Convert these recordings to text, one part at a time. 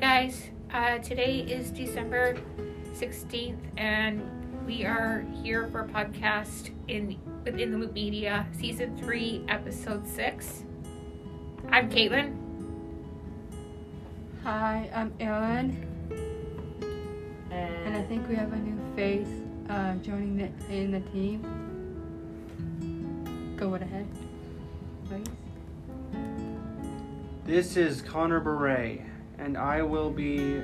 guys. Uh, today is December 16th, and we are here for a podcast in within the Loop Media, Season 3, Episode 6. I'm Caitlin. Hi, I'm Erin, and I think we have a new face uh, joining the, in the team. Go right ahead, please. This is Connor Beret, and I will be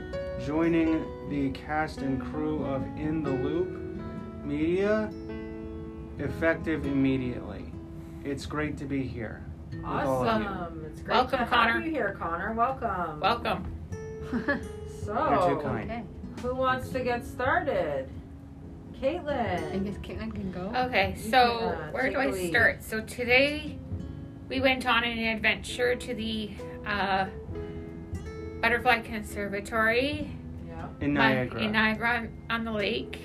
joining the cast and crew of In the Loop Media effective immediately. It's great to be here. with all of you. Awesome. It's great Welcome, to Connor. have you here, Connor. Welcome. Welcome. You're too So, kind. okay, who wants to get started? I Caitlin. guess Caitlin can go. Okay, You so can, uh, where take do I the lead. start? So today we went on an adventure to the uh, Butterfly Conservatory Yeah. In on- Niagara. in Niagara on, on the lake.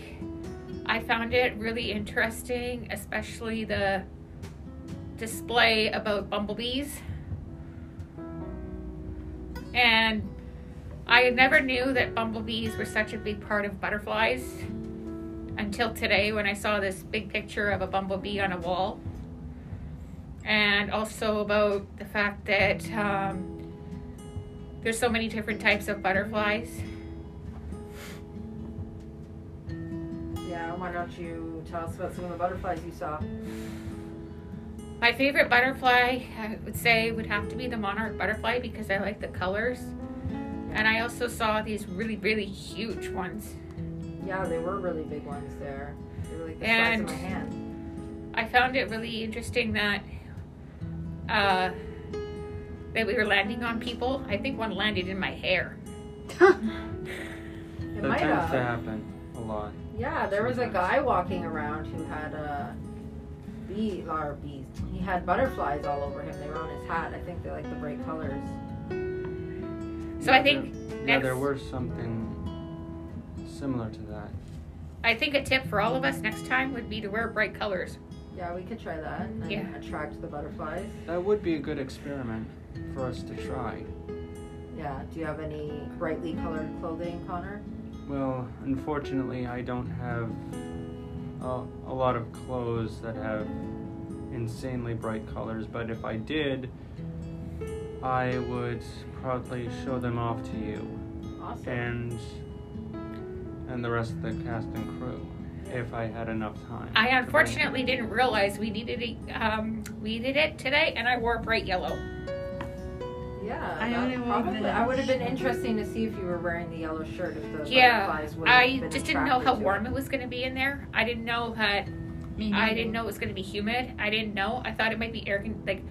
I found it really interesting, especially the display about bumblebees. And I never knew that bumblebees were such a big part of butterflies until today when I saw this big picture of a bumblebee on a wall. And also about the fact that um, there's so many different types of butterflies. Yeah. Why don't you tell us about some of the butterflies you saw? My favorite butterfly, I would say, would have to be the monarch butterfly because I like the colors. And I also saw these really, really huge ones. Yeah, they were really big ones there. They were like the And- size of my hand. I found it really interesting that uh, that we were landing on people. I think one landed in my hair. It that might tends to have. happen a lot. Yeah, there was a Sometimes. guy walking around who had a bee or bees. He had butterflies all over him. They were on his hat. I think they like the bright colors. So Yeah, I think there, yeah, next- there were something similar to that. I think a tip for all of us next time would be to wear bright colors. Yeah, we could try that and Yeah. attract the butterflies. That would be a good experiment for us to try. Yeah. Do you have any brightly colored clothing, Connor? Well, unfortunately, I don't have a, a lot of clothes that have insanely bright colors, but if I did, I would proudly show them off to you Awesome. and and the rest of the cast and crew if I had enough time. I to bring it. unfortunately didn't realize we needed it, um, we needed it today, and I wore bright yellow. yeah. I that only wore probably- the- I would have been interesting to see if you were wearing the yellow shirt if the Yeah, butterflies would have I been just didn't know attracted how to it. warm it was going to be in there. I didn't know that Me I neither. didn't know it was going to be humid. I didn't know. I thought it might be air con- like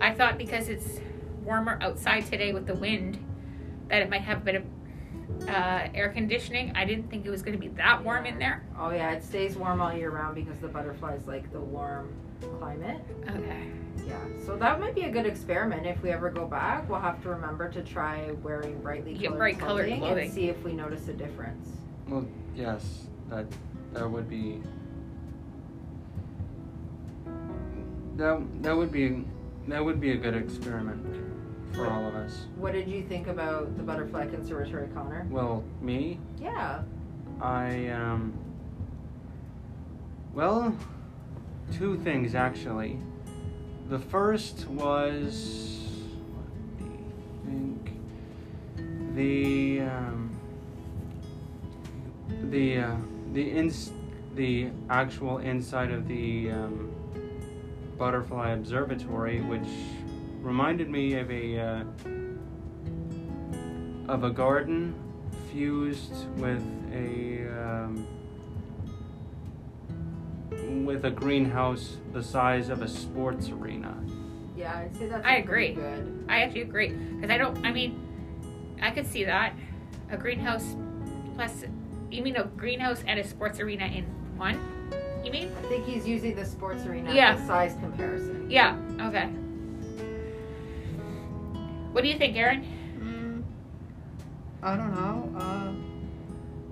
I thought because it's warmer outside today with the wind that it might have a bit of uh, air conditioning. I didn't think it was going to be that warm in there. Oh yeah, it stays warm all year round because the butterflies like the warm climate. Okay. Yeah. So that might be a good experiment if we ever go back. We'll have to remember to try wearing brightly Yeah, colored, bright colored clothing, clothing. and see if we notice a difference. Yes, that that would be that that would be that would be a good experiment for all of us. What did you think about the butterfly conservatory, Connor? Well, me, Yeah. I um well, two things actually. The first was let me think the um the uh, the ins the actual inside of the um, butterfly observatory which reminded me of a uh, of a garden fused with a um, with a greenhouse the size of a sports arena. Yeah, I'd say that's I a pretty agree. good. I actually agree because I don't. I mean, I could see that a greenhouse plus you mean a greenhouse and a sports arena in one. You mean? I think he's using the sports arena Yeah. as a size comparison. Yeah. Okay. What do you think, Aaron? Mm, I don't know. Uh,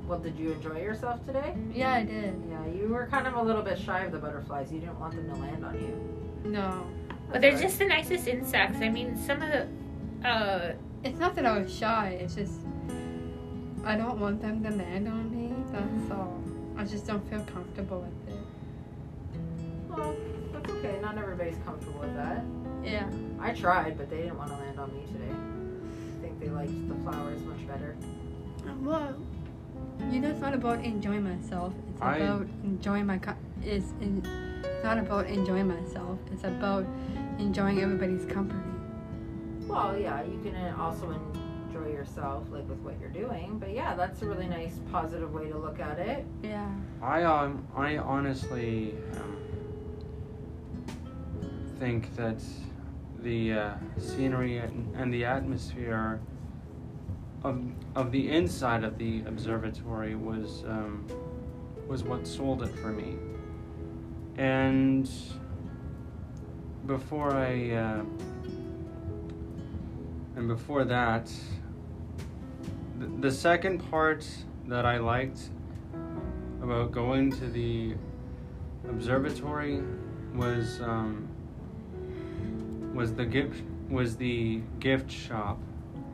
Well, did you enjoy yourself today? yeah, I did. Yeah, you were kind of a little bit shy of the butterflies. You didn't want them to land on you. No, But they're just the nicest insects. I mean, some of the. Uh, it's not that I was shy. It's just I don't want them to land on me. That's all. I just don't feel comfortable with it. Well, that's okay. Not everybody's comfortable with that. Yeah. I tried, but they didn't want to land on me today. I think they liked the flowers much better. Well, you know, it's not about enjoying myself. It's I- about enjoying my. Co- is in, it's not about enjoying myself. It's about enjoying everybody's company. Well, yeah, you can uh, also enjoy yourself, like with what you're doing. But yeah, that's a really nice, positive way to look at it. Yeah. I um, I honestly um, think that the uh, scenery and and the atmosphere of of the inside of the observatory was um, was what sold it for me. And before I uh, and before that, the, the second part that I liked about going to the observatory was um, was the gift was the gift shop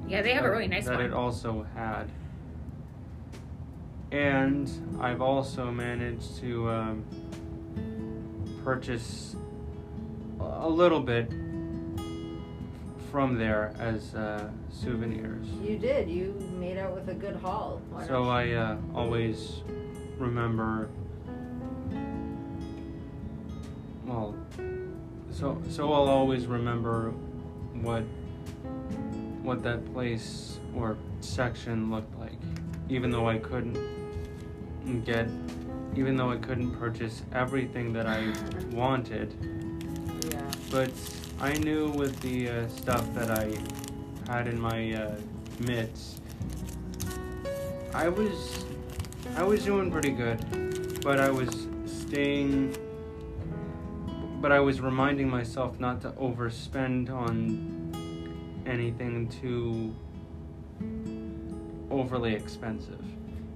Yeah, they have a that- really nice that one. it also had. And I've also managed to um, purchase a little bit from there as uh, souvenirs. You did. You made out with a good haul. Why So don't I uh, always remember. Well, so so I'll always remember what what that place or section looked like, even though I couldn't get, even though I couldn't purchase everything that I wanted. you- yeah. But I knew with the uh, stuff that I had in my uh, mitts, I was I was doing pretty good, but I was staying. But I was reminding myself not to overspend on anything too overly expensive.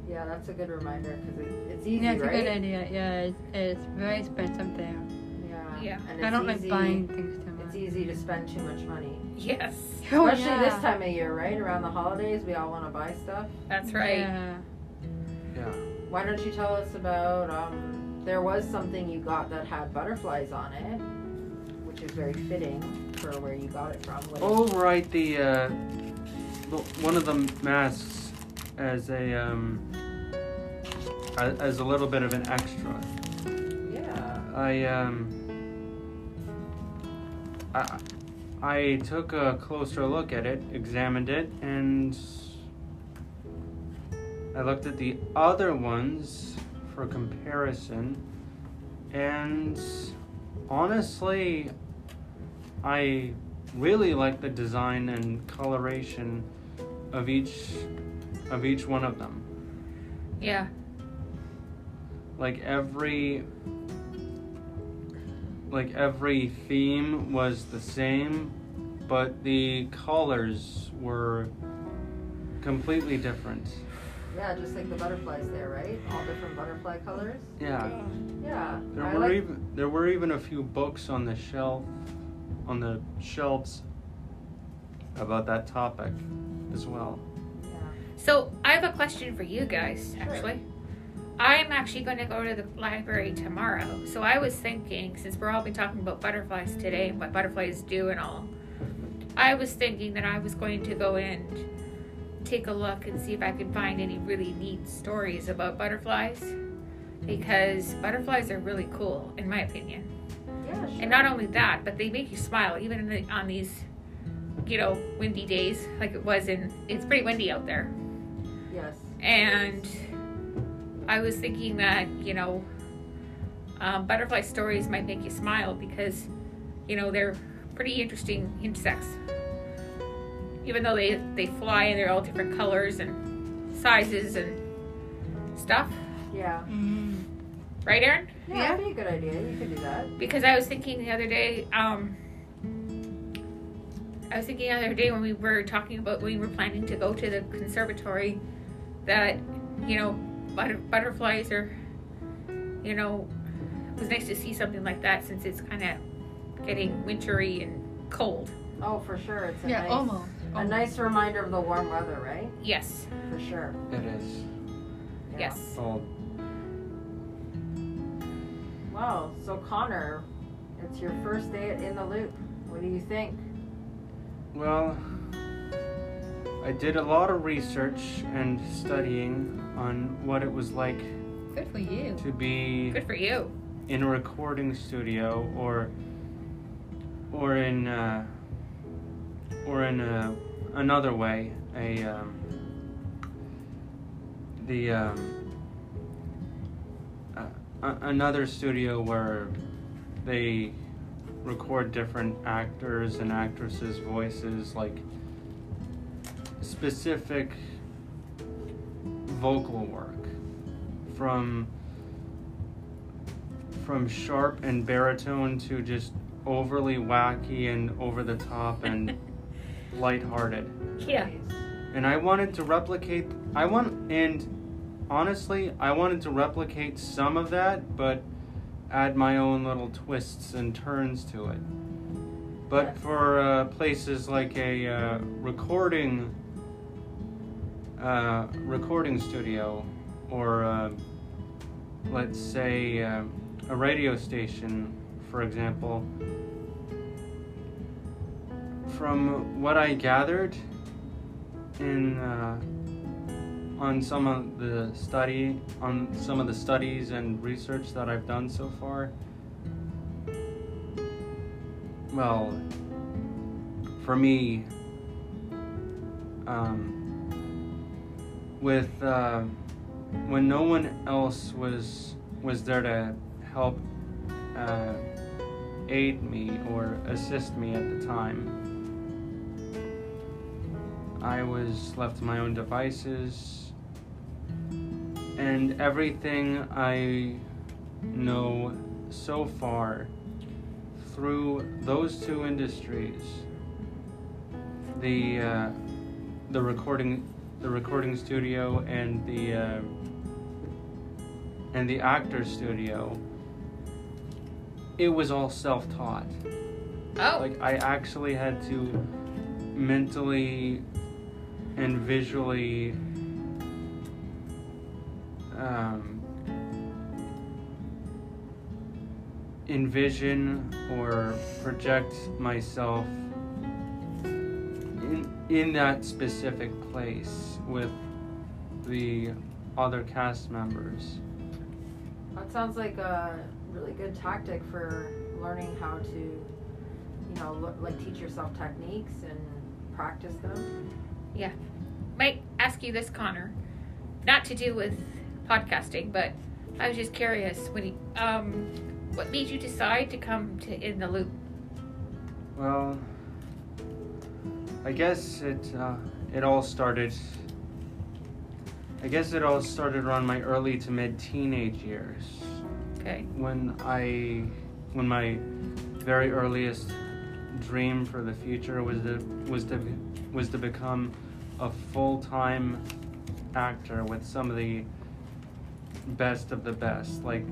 Yeah, that's a good reminder because it, it's easy, yeah, it's right? a good idea. Yeah, it's, it's very expensive there. Yeah. Yeah. And it's I don't easy, like buying things too It's much. easy to spend too much money, Yes, Oh, especially yeah. this time of year, right? Around the holidays, we all want to buy stuff. that's right. Yeah. Yeah. Why don't you tell us about? Um, there was something you got that had butterflies on it, which is very fitting for where you got it from. What is- Oh right, the uh, the- one of the masks as a um, a- as a little bit of an extra. yeah. I um, I I took a closer look at it, examined it, and I looked at the other ones for comparison, and honestly, I really like the design and coloration of each of each one of them Yeah. like every like every theme was the same but the colors were completely different Yeah, just like the butterflies there, right? All different butterfly colors. yeah Yeah. there I were like, even there were even a few books on the shelf on the shelves about that topic as well yeah. So I have a question for you guys. Actually, I'm actually going to go to the library tomorrow. So I was thinking, since we're all been talking about butterflies today and what butterflies do and all, I was thinking that I was going to go and take a look and see if I could find any really neat stories about butterflies, because butterflies are really cool, in my opinion. Yeah, sure. And not only that, but they make you smile even in the, on these, you know, windy days like it was in. It's pretty windy out there, Yes. and I was thinking that you know, um, butterfly stories might make you smile because, you know, they're pretty interesting insects. Even though they they fly and they're all different colors and sizes and stuff, Yeah. Mm. right, Aaron? Yeah, that'd be a good idea. You could do that. because I was thinking the other day, um, I was thinking the other day when we were talking about when we were planning to go to the conservatory that, you know, butter, butterflies are, you know, it was nice to see something like that since it's kind of getting wintry and cold. Oh, for sure. It's a Yeah, nice, almost. A nice reminder of the warm weather, right? Yes. For sure. It is. Yeah. Yes. Well, Wow. So Connor, it's your first day at In the Loop. What do you think? well, I did a lot of research and studying on what it was like Good for you. to be Good for you. in a recording studio or or in uh, or in a, another way a um, the um, uh, a- another studio where they record different actors and actresses voices like specific vocal work from from sharp and baritone to just overly wacky and over the top and lighthearted. Yeah. And I wanted to replicate I want and honestly, I wanted to replicate some of that, but add my own little twists and turns to it. But for uh, places like a uh, recording uh, recording studio or uh, let's say uh, a radio station, for example, from what I gathered in uh, on some of the study on some of the studies and research that I've done so far, well, for me, um, with uh, when no one else was was there to help uh, aid me or assist me at the time. I was left to my own devices, and everything I know so far through those two industries, the uh, the recording the recording studio and the uh, and the actor studio, it was all self-taught Oh. like I actually had to mentally and visually um, envision or project myself in in that specific place with the other cast members. That sounds like a really good tactic for learning how to, you know, look, like teach yourself techniques and practice them. might ask you this, Connor, not to do with podcasting, but I was just curious when you, um, what made you decide to come to In the Loop? Well, I guess it uh, it all started. I guess it all started around my early to mid teenage years Okay. when I when my very earliest dream for the future was to was to was to become a full-time actor with some of the best of the best like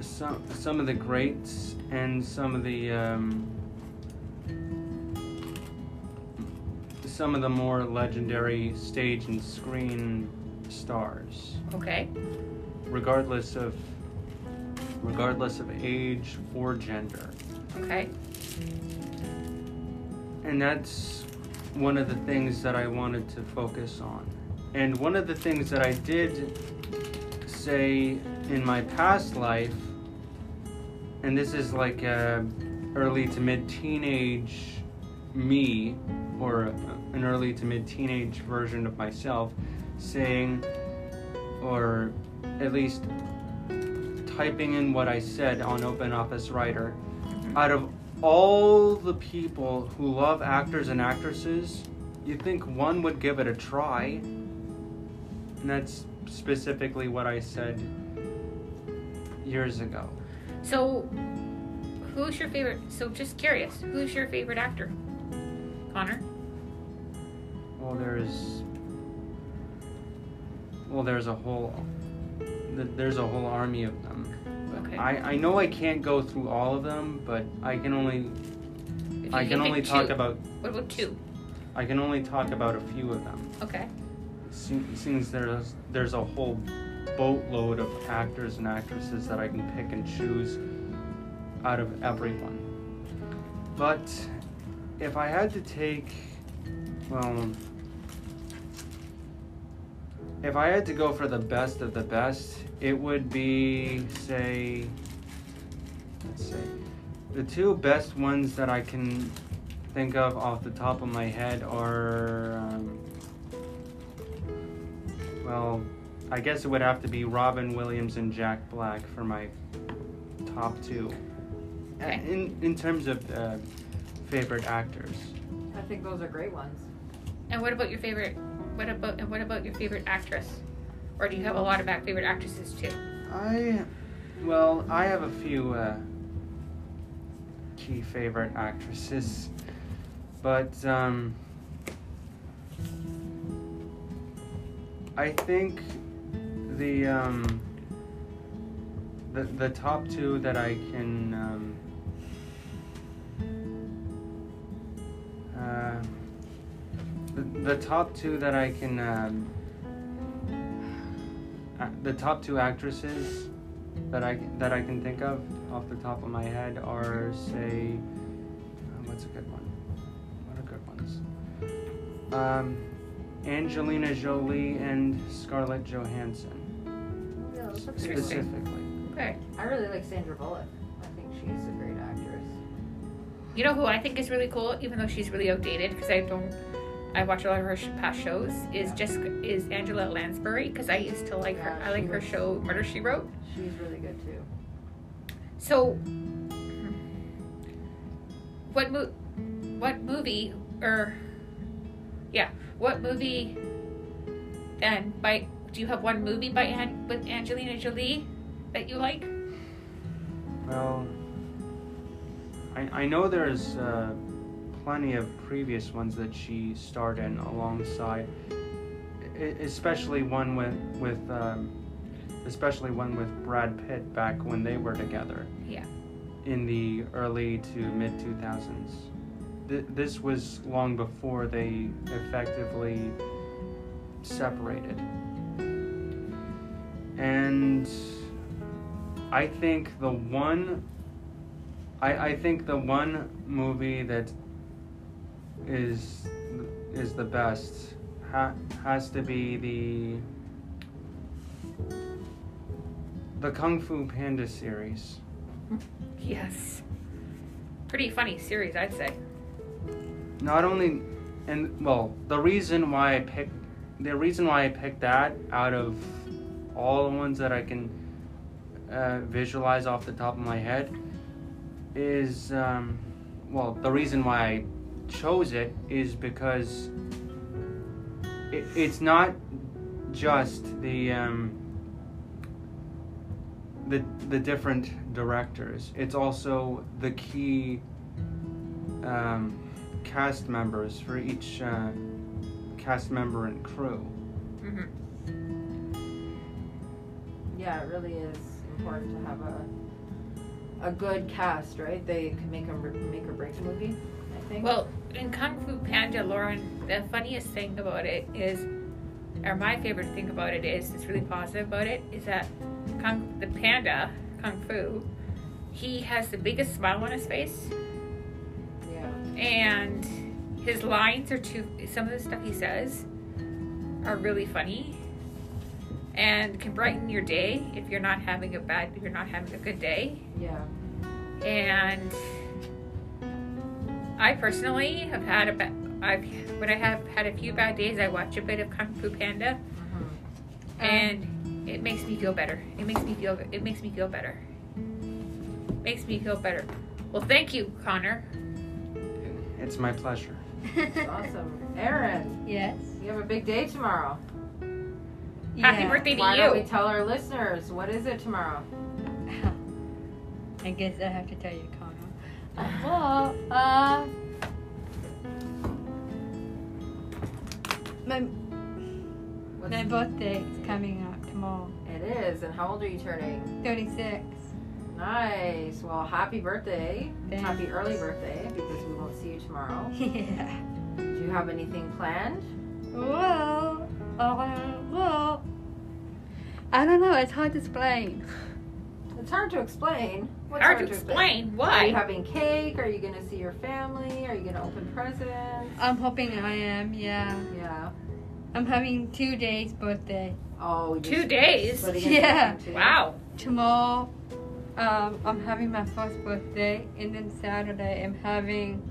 some some of the greats and some of the um, some of the more legendary stage and screen stars Okay. regardless of regardless of age or gender. Okay. And that's one of the things that I wanted to focus on. And one of the things that I did say in my past life and this is like a early to mid teenage me or an early to mid teenage version of myself saying or at least typing in what I said on Open Office Writer. Out of all the people who love actors and actresses, you think one would give it a try. And that's specifically what I said years ago. So, who's your favorite? So, just curious, who's your favorite actor? Connor. Well, there's well, there's a whole th- there's a whole army of them. Okay. I, I know I can't go through all of them, but I can only If I you can pick only talk two. about What about two? I can only talk about a few of them. Okay. Sin- Since there's there's a whole boatload of actors and actresses that I can pick and choose out of everyone. But if I had to take, well, um, if I had to go for the best of the best, it would be say, let's say, the two best ones that I can think of off the top of my head are, um, well, I guess it would have to be Robin Williams and Jack Black for my top two. Okay. In in terms of uh, favorite actors, I think those are great ones. And what about your favorite? What about and what about your favorite actress? Or do you have a lot of ac- favorite actresses too? I, well, I have a few uh, key favorite actresses, but um, I think the um, the the top two that I can. Um, uh, the, the top two that I can um, uh, the top two actresses that I that I can think of off the top of my head are say um, what's a good one? What are good ones? Um, Angelina Jolie and Scarlett Johansson Oh, Interesting. specifically. Okay. I really like Sandra Bullock. I think she's a great actress. You know who I think is really cool, even though she's really outdated, because I don't. I watch a lot of her sh- past shows. Is just is Angela Lansbury because I used to like her. Yeah, I like she her was- show Murder She Wrote. She's really good too. So, what mo- what movie or yeah, what movie? And by do you have one movie by An- with Angelina Jolie that you like? Well, I I know there's uh, plenty of previous ones that she starred in alongside, e- especially one with with. Um, Especially one with Brad Pitt back when they were together. Yeah. in the early to mid 2000s. Th- this was long before they effectively separated. And I think the one I, I think the one movie that is is the best ha, has to be the the Kung Fu Panda series. Yes. Pretty funny series, I'd say. not only and well the reason why i picked the reason why i picked that out of all the ones that i can uh, visualize off the top of my head is um, well the reason why i chose it is because it, it's not just the um, the the different directors it's also the key um, cast members for each uh, cast member and crew. hmm Yeah, it really is important to have a a good cast, right? They can make a make or break a movie. I think. Well, in Kung Fu Panda, Lauren, the funniest thing about it is, or my favorite thing about it is, that's really positive about it, is that Kung, the panda, Kung Fu, he has the biggest smile on his face, yeah. and his lines are too, some of the stuff he says are really funny and can brighten your day if you're not having a bad, if you're not having a good day. Yeah. and I personally have had a ba- I've when I have had a few bad days, I watch a bit of Kung Fu Panda, uh-huh. Oh. and it makes me feel better. It makes me feel it makes me feel better. Makes me feel better. Well, thank you, Connor. It's my pleasure. It's awesome. Erin, Yes. you have a big day tomorrow. Happy Yeah. birthday to Why don't we you. tell our listeners what is it tomorrow? I guess I have to tell you, Connor. Uh, well, uh, my What's my birthday is coming up tomorrow. It is. And how old are you turning? Thirty-six. Nice. Well, happy birthday. Thanks. Happy early birthday because we won't see you tomorrow. yeah. Do you have anything planned? Well, uh, well, I don't know. It's hard to explain. It's hard to explain. What's Hard to explain Are Oh, you why. having cake? Are you going to see your family? Are you going to open presents? I'm hoping I am. Yeah. Yeah. I'm having two days' birthday. Oh, you're Two days? splitting it Yeah. into two. Wow. Tomorrow, um, I'm having my first birthday, and then Saturday, I'm having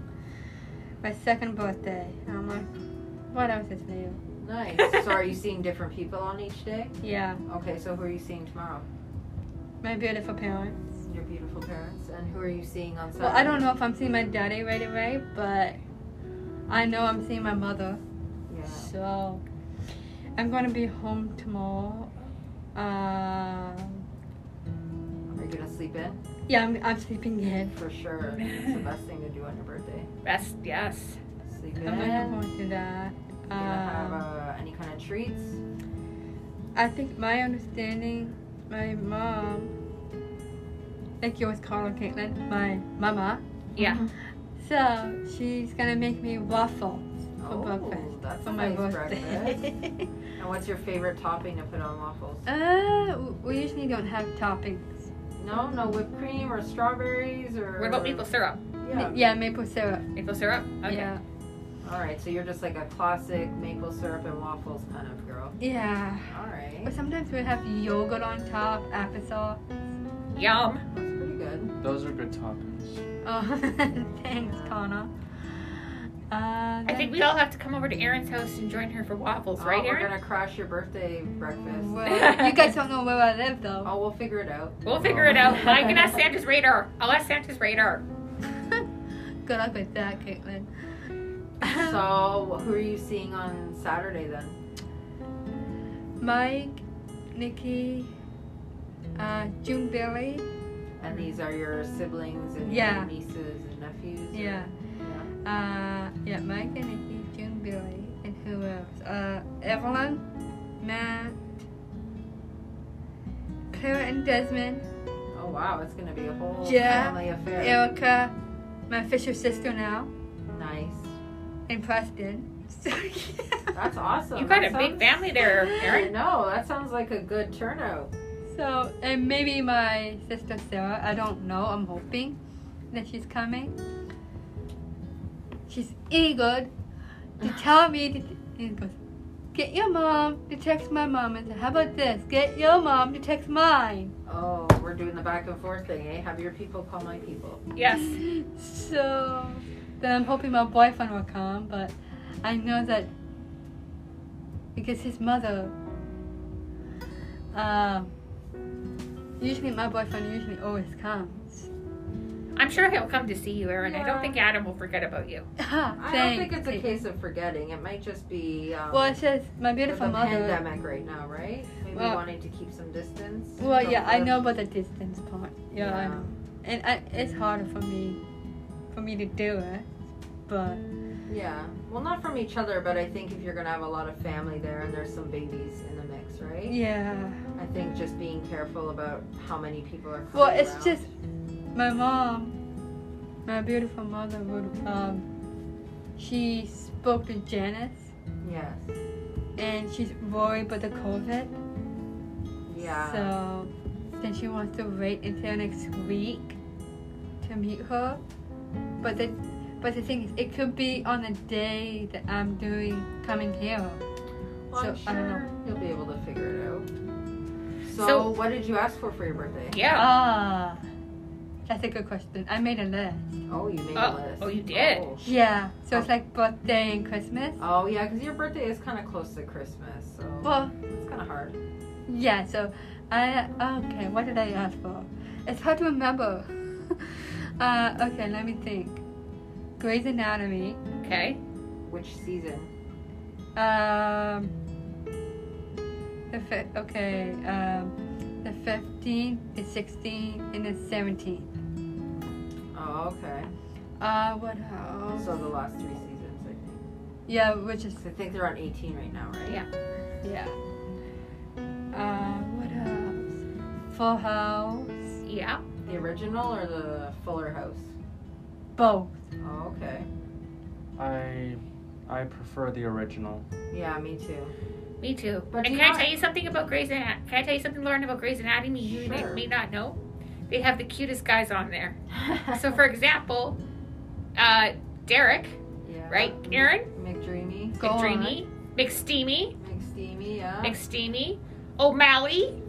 my second birthday. And I'm like, what else is new? Nice. so, are you seeing different people on each day? Yeah, Okay, so who are you seeing tomorrow? my beautiful parents. Your beautiful parents. And who are you seeing on Saturday? Well, I don't know if I'm seeing my daddy right away, but I know I'm seeing my mother. Yeah. So I'm gonna be home tomorrow. Um, Are you going to sleep in? yeah, I'm, I'm sleeping in. For sure. It's the best thing to do on your birthday. Best, yes. Sleep in. I'm looking forward to that. you gonna have Um, uh, any kind of treats? I think my understanding, my mom, like you always call her Caitlin, my mama. Yeah. Mm-hmm. So she's gonna make me waffles for breakfast Oh, that's for a my nice breakfast. birthday. And what's your favorite topping to put on waffles? uh, we usually don't have toppings. No, no whipped cream or strawberries or. What about maple syrup? Yeah. yeah maple syrup. Maple syrup? Okay. Yeah. All right, so you're just like a classic maple syrup and waffles kind of girl. Yeah. All right, But sometimes we have yogurt on top, applesauce. Yum. that's pretty good. Those are good toppings. Oh, thanks, Connor. Uh, I think we all have to come over to Erin's house and join her for waffles, Oh, right, we're Erin? gonna crash your birthday breakfast. well, you guys don't know where I live, though. Oh, we'll figure it out. We'll figure it out. I can ask Santa's radar. I'll ask Santa's radar. Good luck with that, Caitlin. So, who are you seeing on Saturday then? Mike, Nikki, uh, June Billy. And these are your siblings and Yeah. your nieces and nephews. or- Yeah. Uh, yeah, Mike and Nikki, June Billy, and who else? Uh, Evelyn, Matt, Clara and Desmond, Oh wow, it's gonna be a whole Yeah. family affair. Erica, my official sister now, Nice. and Preston. So, That's awesome. You got That a big sounds- family there, I Erin. know. That sounds like a good turnout. So, and maybe my sister Sarah, I don't know, I'm hoping that she's coming. She's eager to tell me to, and goes, get your mom to text my mom and say, how about this? Get your mom to text mine. Oh, we're doing the back and forth thing, eh? Have your people call my people. Yes. So, then I'm hoping my boyfriend will come, but I know that because his mother, um, usually my boyfriend usually always comes. I'm sure he'll come to see you, Erin. I Yeah. don't think Adam will forget about you. Ah, I thanks. don't think it's a case of forgetting. It might just be um, Well, it says my with the beautiful mother. pandemic right now, right? Maybe Well- wanting to keep some distance. Well, from yeah, I the- know about the distance part. Yeah, I know. and I, it's harder for me, for me to do it. But Yeah. Well, not from each other, but I think if you're gonna have a lot of family there and there's some babies in the mix, right? yeah, I think just being careful about how many people are. Coming well, it's around. just my mom, my beautiful mother would um, she spoke to Janice, yes. and she's worried about the COVID. Yeah. So then she wants to wait until next week to meet her. But the but the thing is, it could be on the day that I'm doing coming here. Well, I'm So, I don't know. sure you'll be able to figure it out. So, So- what did you ask for for your birthday? Yeah. Ah, that's a good question. I made a list. Oh, you made Oh, a list. oh, you did. Oh, Yeah, so it's like birthday and Christmas. Oh, yeah, because your birthday is kind of close to Christmas, so Well, it's kind of hard. yeah. So I okay. What did I ask for? It's hard to remember. uh, okay, let me think. Grey's Anatomy. Okay. Which season? Um, the fi- okay, um, the 15th, the 16th, and the 17th. Oh, okay. Uh, what else? So the last three seasons, I think. yeah, which is, 'Cause I think they're on 18 right now, right? Yeah. yeah. Uh, what else? Full House. Yeah. The original or the Fuller House? both. Oh, okay. I I prefer the original. Yeah, me too. Me too. But and you can I know- tell you something about Grey's Anatomy? Can I tell you something, Lauren, about Grey's Anatomy you may- Sure. may not know? They have the cutest guys on there. So, for example, uh, Derek, yeah. right? Aaron, McDreamy, Go on. McDreamy, McSteamy, McSteamy, yeah. McSteamy, O'Malley,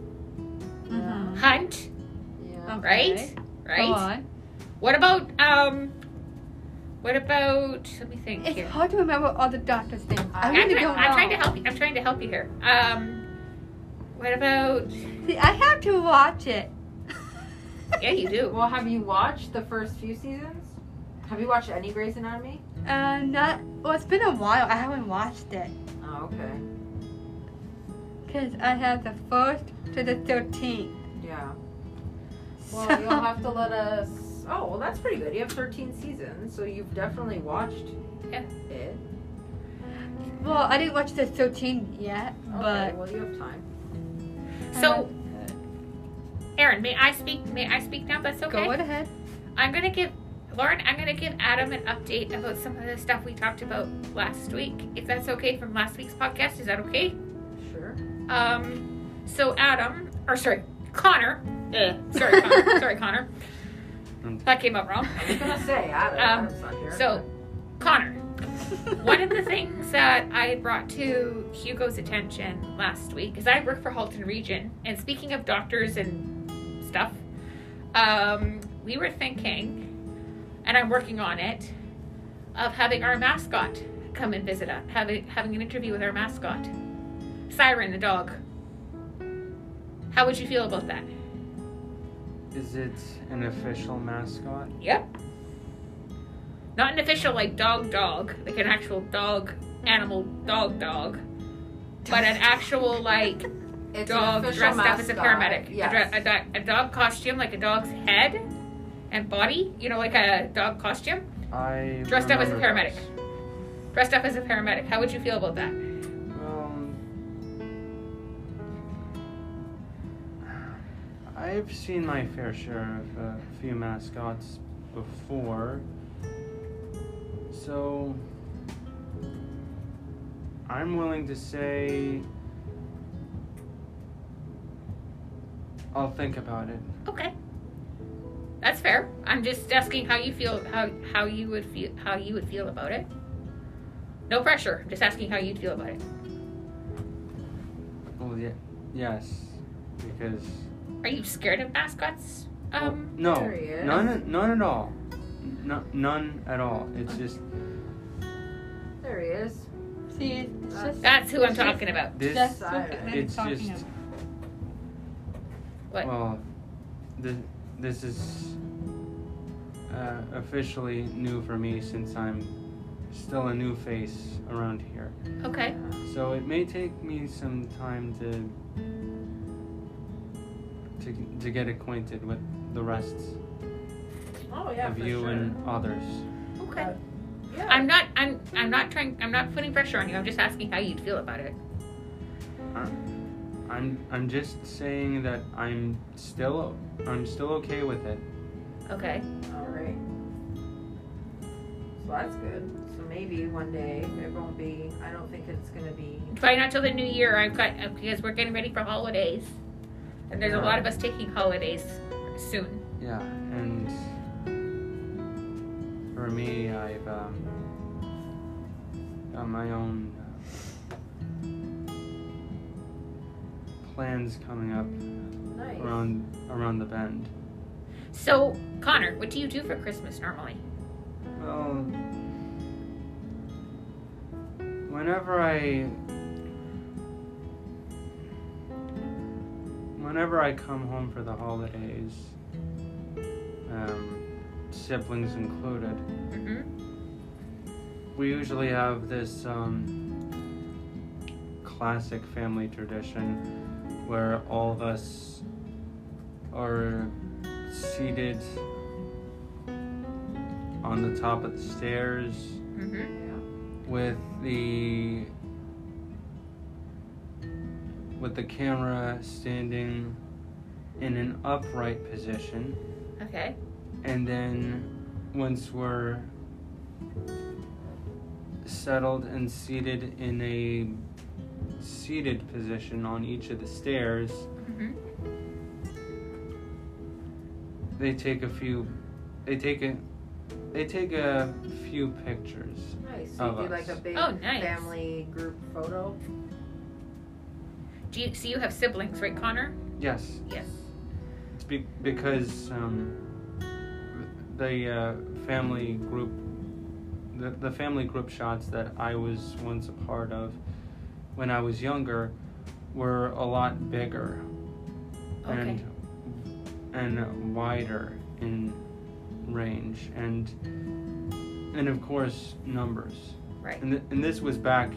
Mhm. Hunt, um, yeah. Okay. right? Go Right? on. What about, um, what about, let me think It's here. hard to remember all the doctors' names. I I'm, I'm really try- don't know. I'm trying to help you. I'm trying to help you here. Um, what about, See, I have to watch it. yeah, you do. Well, have you watched the first few seasons? Have you watched any Grey's Anatomy? Uh, not. Well, it's been a while. I haven't watched it Oh, okay. because I have the first to the thirteenth. Yeah. Well, you'll have to let us. Oh, well, that's pretty good. You have 13 seasons, so you've definitely watched Yeah. it. Well, I didn't watch the thirteenth yet, Okay, but well, you have time. So, Aaron, may I speak? May I speak now? if That's okay. go right ahead. I'm gonna give Lauren. I'm gonna give Adam an update about some of the stuff we talked about last week, if that's okay from last week's podcast. Is that okay? Sure. Um, so Adam, or sorry, Connor. eh, sorry, Connor. sorry, Connor. Mm. That came out wrong. I was gonna say, I, Um, Adam's not here. So, Connor, one of the things that I brought to Hugo's attention last week is I work for Halton Region, and speaking of doctors and stuff, um, we were thinking, and I'm working on it, of having our mascot come and visit us, having having an interview with our mascot, Siren the dog. How would you feel about that? Is it an official mascot? Yep. Not an official like dog dog, like an actual dog animal dog dog, but an actual like It's an dog official dressed up as a mascot. paramedic. A, Yes. dre- a, do- a dog costume like a dog's head and body, you know, like a dog costume I Dressed up as a remember paramedic. this. dressed up as a paramedic. How would you feel about that? Um, I've seen my fair share of a few mascots before, so I'm willing to say I'll think about it. Okay. That's fair. I'm just asking how you feel how how you would feel how you would feel about it. No pressure. I'm just asking how you'd feel about it. Well, yeah, yes, because Are you scared of mascots? well, Um no, curious. none, none at all, N- none at all. It's just There he is. See, it's just That's who I'm talking about. this. just Siren. look at them It's talking just. about- What? Well, this, this is uh, officially new for me since I'm still a new face around here. Okay. So it may take me some time to to, to get acquainted with the rest Oh yeah, of for you sure. and others. Okay. yeah. I'm not. I'm. I'm not trying. I'm not putting pressure on you. I'm just asking how you'd feel about it. I'm I'm just saying that I'm still I'm still okay with it. Okay. All right. So that's good. So maybe one day it won't be. I don't think it's gonna be. Probably not till the new year. I've got because we're getting ready for holidays, and there's a lot of us taking holidays soon. Yeah, and for me, I've um, got my own uh, plans coming up Nice. around around the bend. So Connor, what do you do for Christmas normally? Well, whenever I whenever I come home for the holidays, um, siblings included. hmm We usually have this um, classic family tradition where all of us are seated on the top of the stairs hmm Yeah. with the with the camera standing in an upright position Okay. and then once we're settled and seated in a seated position on each of the stairs, hmm they take a few they take a they take a few pictures. Nice. So Of you do like a us. big Oh, nice. family group photo. Do you so you have siblings, right, Connor? Yes, Yes. it's be- because um, the uh, family group the, the family group shots that I was once a part of when I was younger were a lot bigger Okay. and and wider in range and and of course numbers. right. And, th- and this was back.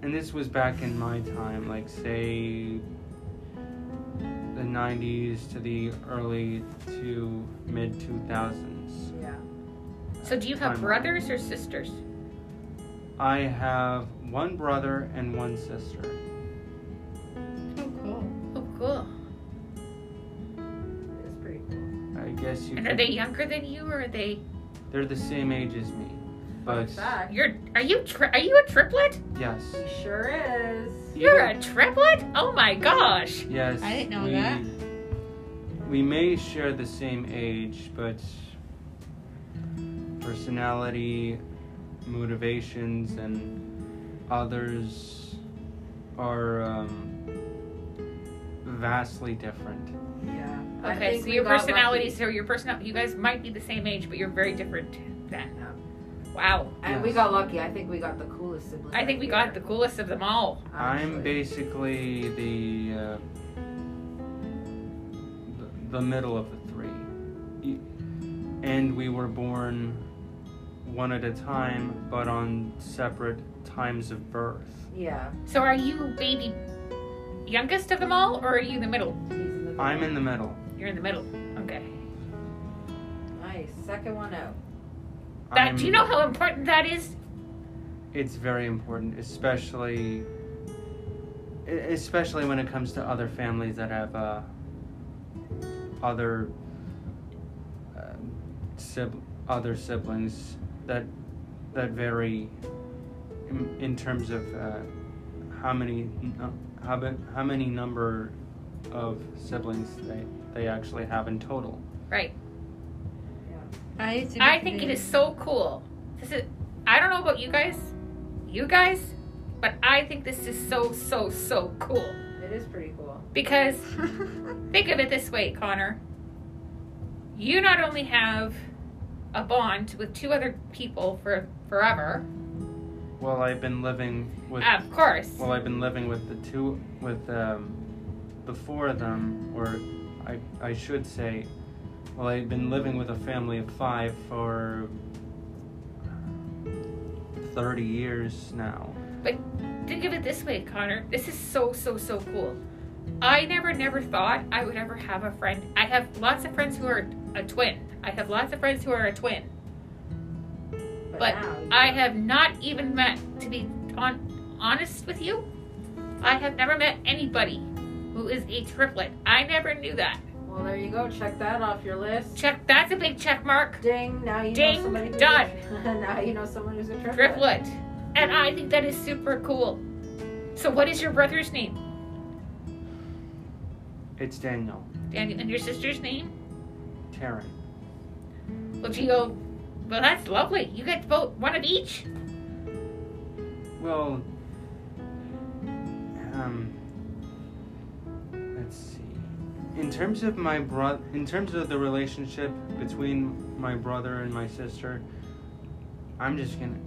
And this was back in my time, like say the 90s to the early to mid 2000s. Yeah. So do you have timeline. brothers or sisters? I have one brother and one sister. Oh, cool. Oh, cool. It's pretty cool. I guess you. And are could- they younger than you, or are they? They're the same age as me, Fun but fact. You're are you tri- are you a triplet? yes. He sure is. You're a triplet? Oh my gosh! Yes. I didn't know we, that. We may share the same age, but personality, motivations, and others are um, vastly different. Yeah. I Okay, think so we your got personalities, lucky. so your personal, you guys might be the same age, but you're very different then. Yeah. Wow. And we Yes. got lucky. I think we got the coolest sibling. I think we got the coolest of them all. I'm basically the, uh, the the middle of the three, E- and we were born one at a time, but on separate times of birth. Yeah. So are you baby youngest of them all, or are you the middle? He's in the I'm in the middle. You're in the middle. Okay. Nice. Second one out. That I'm- do you know how important that is? It's very important, especially e- especially when it comes to other families that have uh, other uh, sib- other siblings that that vary in, in terms of uh, how many nu- how, ba- how many number of siblings they they actually have in total. Right. I used to. be I think it big. is so cool. This is. I don't know about you guys, you guys, but I think this is so so so cool It is pretty cool. because Think of it this way, Connor. You not only have a bond with two other people for forever, Well, I've been living with of course. Well, I've been living with the two, with um, the four of them, or I, I should say, well, I've been living with a family of five for 30 years now. Think of it this way, Connor. This is so, so, so cool. I never, never thought I would ever have a friend. I have lots of friends who are a twin. I have lots of friends who are a twin. But, But now you I got- have not even met, to be on, honest with you, I have never met anybody who is a triplet. I never knew that. Well, there you go. Check that off your list. Check, that's a big check mark. Ding. Now you Ding, know somebody. who's a- done. now you know someone who's a triplet. Driftwood. And I think that is super cool. So what is your brother's name? It's Daniel, And, and your sister's name? Taryn. Well, Gio, well, that's lovely. You get to vote one of each. Well, um, let's see. In terms of my bro, in terms of the relationship between my brother and my sister, I'm just gonna,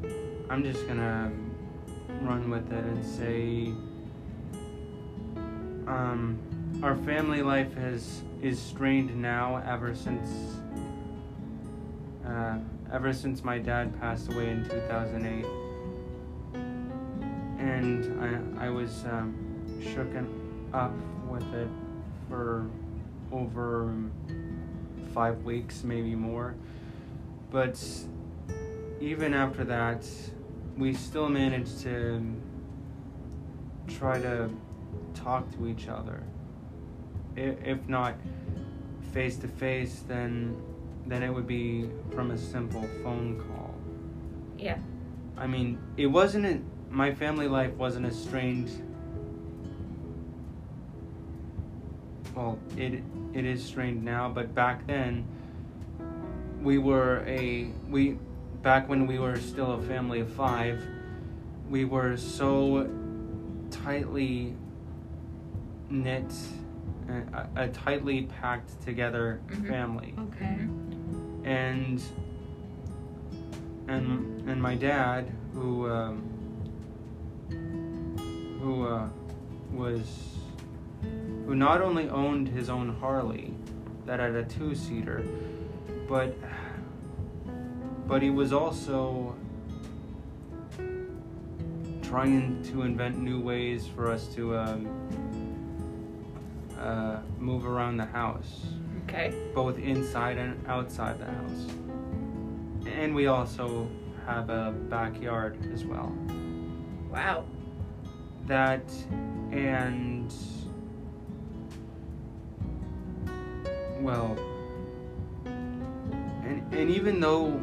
I'm just gonna run with it and say, um, our family life has is strained now ever since, uh, ever since my dad passed away in 2008 and I, I was um, shooken up with it for over five weeks, maybe more. But even after that, we still managed to try to talk to each other. I- If not face to face, then than it would be from a simple phone call. Yeah. I mean, it wasn't. A, my family life wasn't as strained. Well, it it is strained now, but back then, we were a we back when we were still a family of five. We were so tightly knit, a, a tightly packed together Mhm. family Okay. Mm-hmm. and and and my dad who um, who uh, was who not only owned his own Harley that had a two seater but but he was also trying to invent new ways for us to um, uh, move around the house Okay. both inside and outside the house. And we also have a backyard as well. Wow. That and well and and even though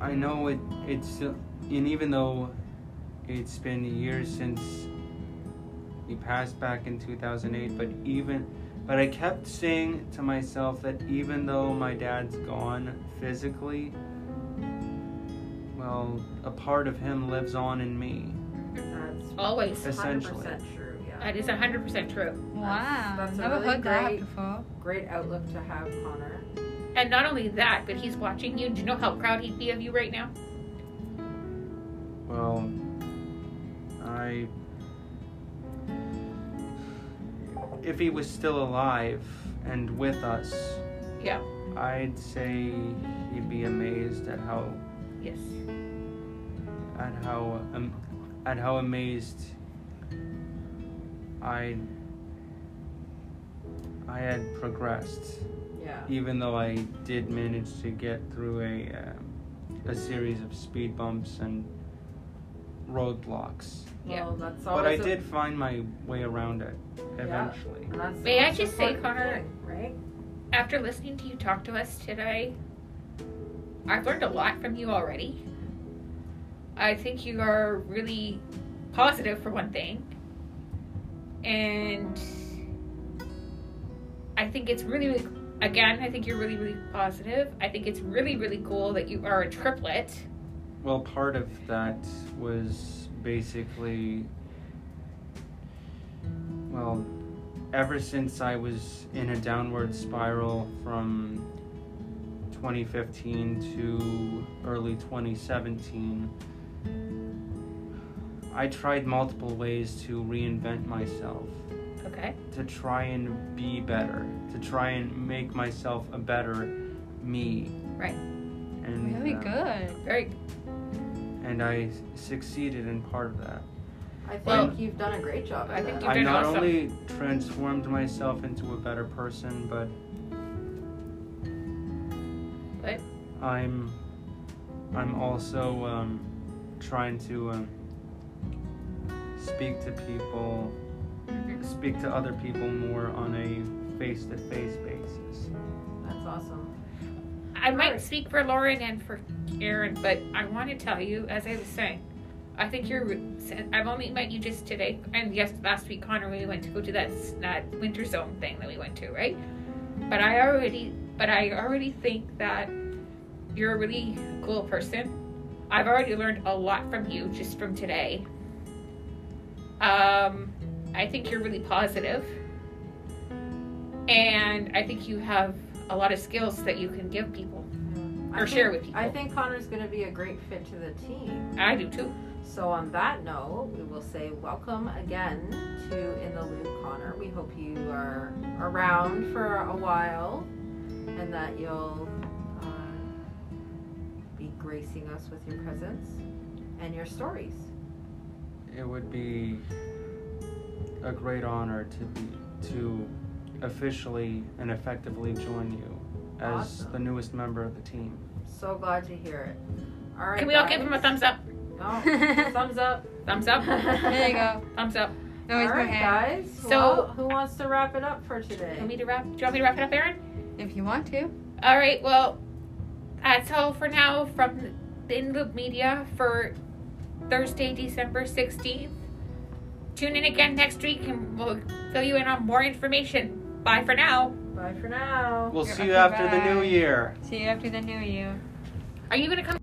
I- I know it it's still- and even though it's been years since he passed back in 2008 but even but I kept saying to myself that even though my dad's gone physically, well, a part of him lives on in me. That's Always. Essentially. 100% true. Yeah. That is 100% true. Wow. that's a Never really heard that great- before. Great outlook to have, Connor. And not only that, but he's watching you. Do you know how proud he'd be of you right now? Well, I. If he was still alive and with us, Yeah. I'd say he'd be amazed at how Yes. at how um, at how amazed I I had progressed, Yeah. even though I did manage to get through a um, a series of speed bumps and roadblocks. Yeah. Well, that's but I always a- did find my way around it eventually. and that's the May I most just say, important Connor- thing, right? After listening to you talk to us today, I've learned a lot from you already. I think you are really positive for one thing. And I think it's really, really, again, I think you're really, really positive. I think it's really, really cool that you are a triplet. Well, part of that was basically, well, ever since I was in a downward spiral from 2015 to early 2017, I tried multiple ways to reinvent myself, Okay. to try and be better, to try and make myself a better me. Right. And Very uh, good. Very, and I succeeded in part of that. I think Well, you've done a great job. I at think that. You've I done not awesome. only transformed myself into a better person, but What? I'm I'm also um, trying to um, speak to people, Mhm. speak to other people more on a face-to-face basis. That's awesome. I might Alright. speak for Lauren and for Karen, but I want to tell you, as I was saying, I think you're. I've only met you just today, and yes, last week, Connor, we went to go to that s- that winter zone thing that we went to, right? But I already, but I already think that you're a really cool person. I've already learned a lot from you just from today. Um, I think you're really positive, and I think you have a lot of skills that you can give people. I Or think- share with people. I think Connor's going to be a great fit to the team. I do too. So on that note, we will say welcome again to In the Loop, Connor. We hope you are around for a while, and that you'll uh, be gracing us with your presence and your stories. It would be a great honor to be to officially and effectively join you as Awesome. the newest member of the team. So glad to hear it. All right. Can we all give guys. him a thumbs up? No. Thumbs up. Thumbs up. there you go. Thumbs up. No, he's All my right, hand. guys. So- So, who wants to wrap it up for today? Want me to wrap? Do you want me to wrap it up, Aaron? if you want to. All right, well, that's all for now from the In Loop Media for Thursday, December 16th. Tune in again next week and we'll fill you in on more information. Bye for now. Bye for now. We'll You're see you welcome after the new back. year. See you after the new year. Are you going to come